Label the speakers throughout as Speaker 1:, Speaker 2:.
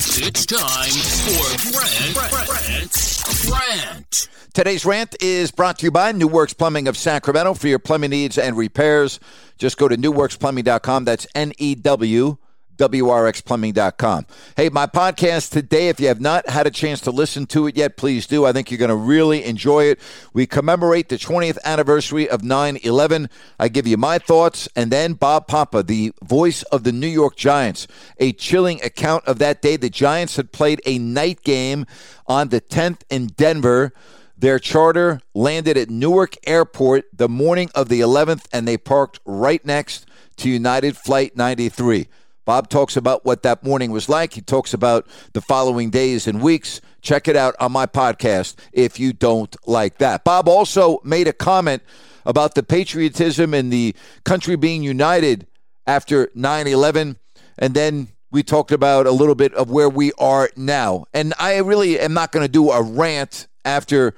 Speaker 1: It's time for Brent, Brent, Brent.
Speaker 2: Today's rant is brought to you by New Works Plumbing of Sacramento for your plumbing needs and repairs. Just go to newworksplumbing.com. That's N E W W R X plumbing.com. Hey, my podcast today, if you have not had a chance to listen to it yet, please do. I think you're going to really enjoy it. We commemorate the 20th anniversary of 9 11. I give you my thoughts, and then Bob Papa, the voice of the New York Giants, a chilling account of that day. The Giants had played a night game on the 10th in Denver. Their charter landed at Newark Airport the morning of the 11th, and they parked right next to United Flight 93. Bob talks about what that morning was like. He talks about the following days and weeks. Check it out on my podcast if you don't like that. Bob also made a comment about the patriotism and the country being united after 9 11. And then we talked about a little bit of where we are now. And I really am not going to do a rant after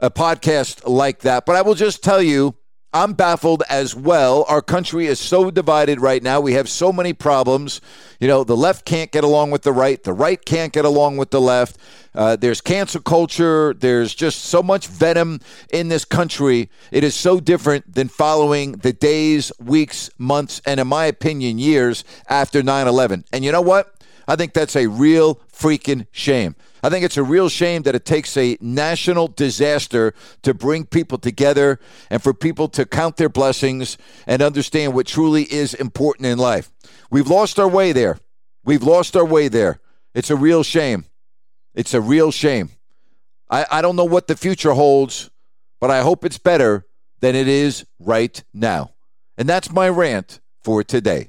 Speaker 2: a podcast like that, but I will just tell you I'm baffled as well. Our country is so divided right now. We have so many problems. You know, the left can't get along with the right, the right can't get along with the left. Uh, there's cancel culture. There's just so much venom in this country. It is so different than following the days, weeks, months, and in my opinion, years after 9 11. And you know what? I think that's a real freaking shame. I think it's a real shame that it takes a national disaster to bring people together and for people to count their blessings and understand what truly is important in life. We've lost our way there. We've lost our way there. It's a real shame. It's a real shame. I, I don't know what the future holds, but I hope it's better than it is right now. And that's my rant for today.